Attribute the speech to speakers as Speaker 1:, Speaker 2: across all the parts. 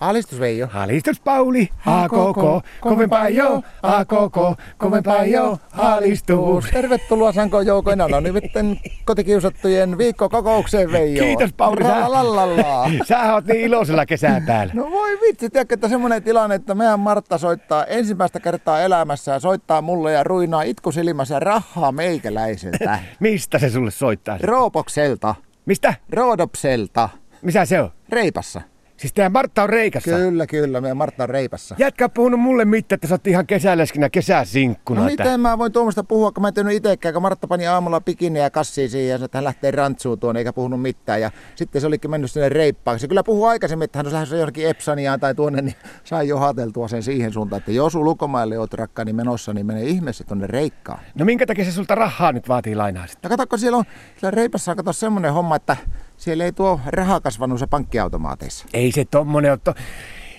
Speaker 1: Alistus Veijo.
Speaker 2: Alistus Pauli, a koko, kovempaa jo, a koko, kovempaa jo, alistus.
Speaker 1: Tervetuloa Sanko Joukoina, no nimittäin kotikiusattujen viikkokokoukseen Veijo.
Speaker 2: Kiitos Pauli, sä,
Speaker 1: Ralalala.
Speaker 2: sä oot niin iloisella kesää täällä.
Speaker 1: No voi vitsi, tiedätkö, että semmoinen tilanne, että meidän Martta soittaa ensimmäistä kertaa elämässä ja soittaa mulle ja ruinaa itkusilmässä rahaa meikäläiseltä.
Speaker 2: Mistä se sulle soittaa?
Speaker 1: Roopokselta,
Speaker 2: Mistä?
Speaker 1: Roodopselta,
Speaker 2: Missä se on?
Speaker 1: Reipassa.
Speaker 2: Siis tää Martta on reikassa.
Speaker 1: Kyllä, kyllä, meidän Martta on reipassa.
Speaker 2: Jätkä on puhunut mulle mitään, että sä oot ihan kesäläskinä kesäsinkkuna.
Speaker 1: No
Speaker 2: tää.
Speaker 1: miten mä voin tuommoista puhua, kun mä en tehnyt itsekään, kun Martta pani aamulla pikiniä ja kassiin siihen ja sanoi, että hän lähtee rantsuun tuon eikä puhunut mitään. Ja sitten se olikin mennyt sinne reippaaksi. Se kyllä puhuu aikaisemmin, että hän on lähdössä johonkin Epsaniaan tai tuonne, niin sai jo haateltua sen siihen suuntaan, että jos ulkomaille oot rakkaani menossa, niin mene ihmeessä tuonne reikkaan.
Speaker 2: No minkä takia se sulta rahaa nyt vaatii lainaa sitten?
Speaker 1: No kato, kun siellä on, siellä reipassa on kato semmoinen homma, että siellä ei tuo raha kasvanut se pankkiautomaateissa.
Speaker 2: Ei se tommonen ole. To...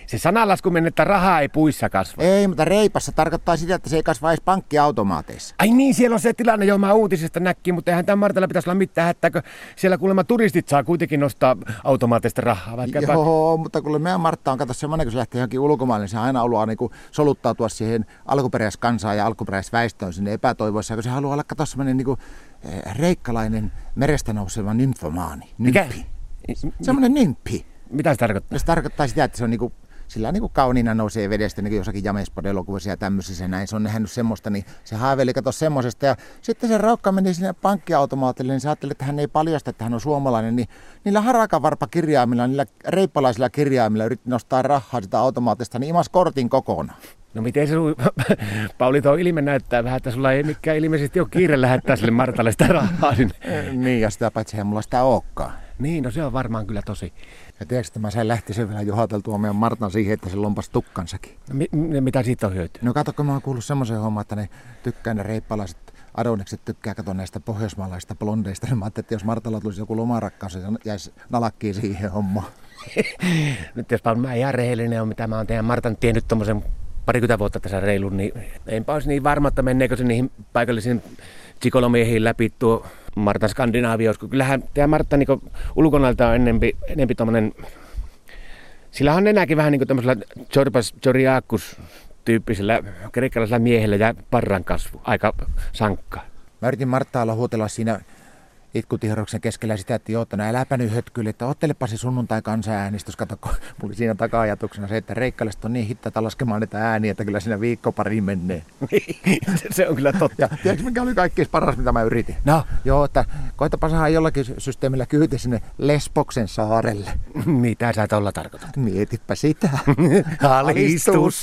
Speaker 2: Se sananlasku meni, että rahaa ei puissa kasva.
Speaker 1: Ei, mutta reipassa tarkoittaa sitä, että se ei kasva edes pankkiautomaateissa.
Speaker 2: Ai niin, siellä on se tilanne, joo mä uutisista näkki, mutta eihän tämän Martalla pitäisi olla mitään hätääkö. Siellä kuulemma turistit saa kuitenkin nostaa automaattista rahaa, vaikka eipä-
Speaker 1: Joo, mutta kuule meidän Martta on kato semmoinen, kun se lähtee johonkin ulkomaille, niin se aina haluaa niinku soluttautua siihen alkuperäiskansaan ja alkuperäisväestöön sinne epätoivoissa, kun se haluaa olla kato semmoinen niinku eh, reikkalainen merestä nouseva nymfomaani.
Speaker 2: Mikä?
Speaker 1: Nymppi. Semmoinen nymppi.
Speaker 2: Mitä se tarkoittaa?
Speaker 1: Ja No se tarkoittaa sitä, että se on niinku sillä on niinku kauniina nousee vedestä niin jossakin Jamespod-elokuvissa ja tämmöisissä näin. Se on nähnyt semmoista, niin se haaveili kato semmoisesta. Ja sitten se raukka meni sinne pankkiautomaatille, niin se ajatteli, että hän ei paljasta, että hän on suomalainen. Niin niillä harakavarpakirjaimilla, niillä reippalaisilla kirjaimilla yritti nostaa rahaa sitä automaatista, niin imas kortin kokonaan.
Speaker 2: No miten se sun, Pauli, tuo ilme näyttää vähän, että sulla ei mikään ilmeisesti ole kiire lähettää sille Martalle sitä rahaa sinne.
Speaker 1: Niin, ja sitä paitsi ei mulla sitä olekaan.
Speaker 2: Niin, no se on varmaan kyllä tosi.
Speaker 1: Ja tiedätkö, että mä sain lähti sen vielä johateltua meidän Martan siihen, että se lompas tukkansakin.
Speaker 2: No, mi- mi- mitä siitä on hyötyä?
Speaker 1: No kato, kun mä oon kuullut semmoisen homman, että ne tykkää ne reippalaiset adonekset tykkää kato näistä pohjoismaalaisista blondeista. Niin mä ajattelin, että jos Martalla tulisi joku lomarakkaus, niin se jäisi nalakkiin siihen hommaan.
Speaker 2: Nyt jos mä ihan rehellinen on, mitä mä oon teidän Martan tiennyt tommosen parikymmentä vuotta tässä reilun, niin enpä olisi niin varma, että meneekö se niihin paikallisiin tsikolomiehiin läpi tuo Martan Skandinaavios, kun kyllähän tämä Martta niin ulkonailta on enempi, enempi tommonen, sillä on nenäkin vähän niin kuin tämmöisellä Jorpas Joriakus tyyppisellä kreikkalaisella miehellä ja parran kasvu, aika sankka.
Speaker 1: Mä yritin Marttaalla huutella siinä itkutihroksen keskellä sitä, että joo, että no äläpä nyt hötkyli, että ottelepa se sunnuntai kansanäänestys. Kato, kun mulla oli siinä taka-ajatuksena se, että reikkalaiset on niin hittaita laskemaan niitä ääniä, että kyllä siinä viikko pari menee.
Speaker 2: se, se on kyllä totta.
Speaker 1: Ja tiedätkö, mikä oli kaikkein paras, mitä mä yritin?
Speaker 2: No,
Speaker 1: Joo, että koetapa saada jollakin systeemillä kyyti sinne Lesboksen saarelle.
Speaker 2: mitä sä tolla tarkoitat?
Speaker 1: Mietipä sitä.
Speaker 2: Alistus.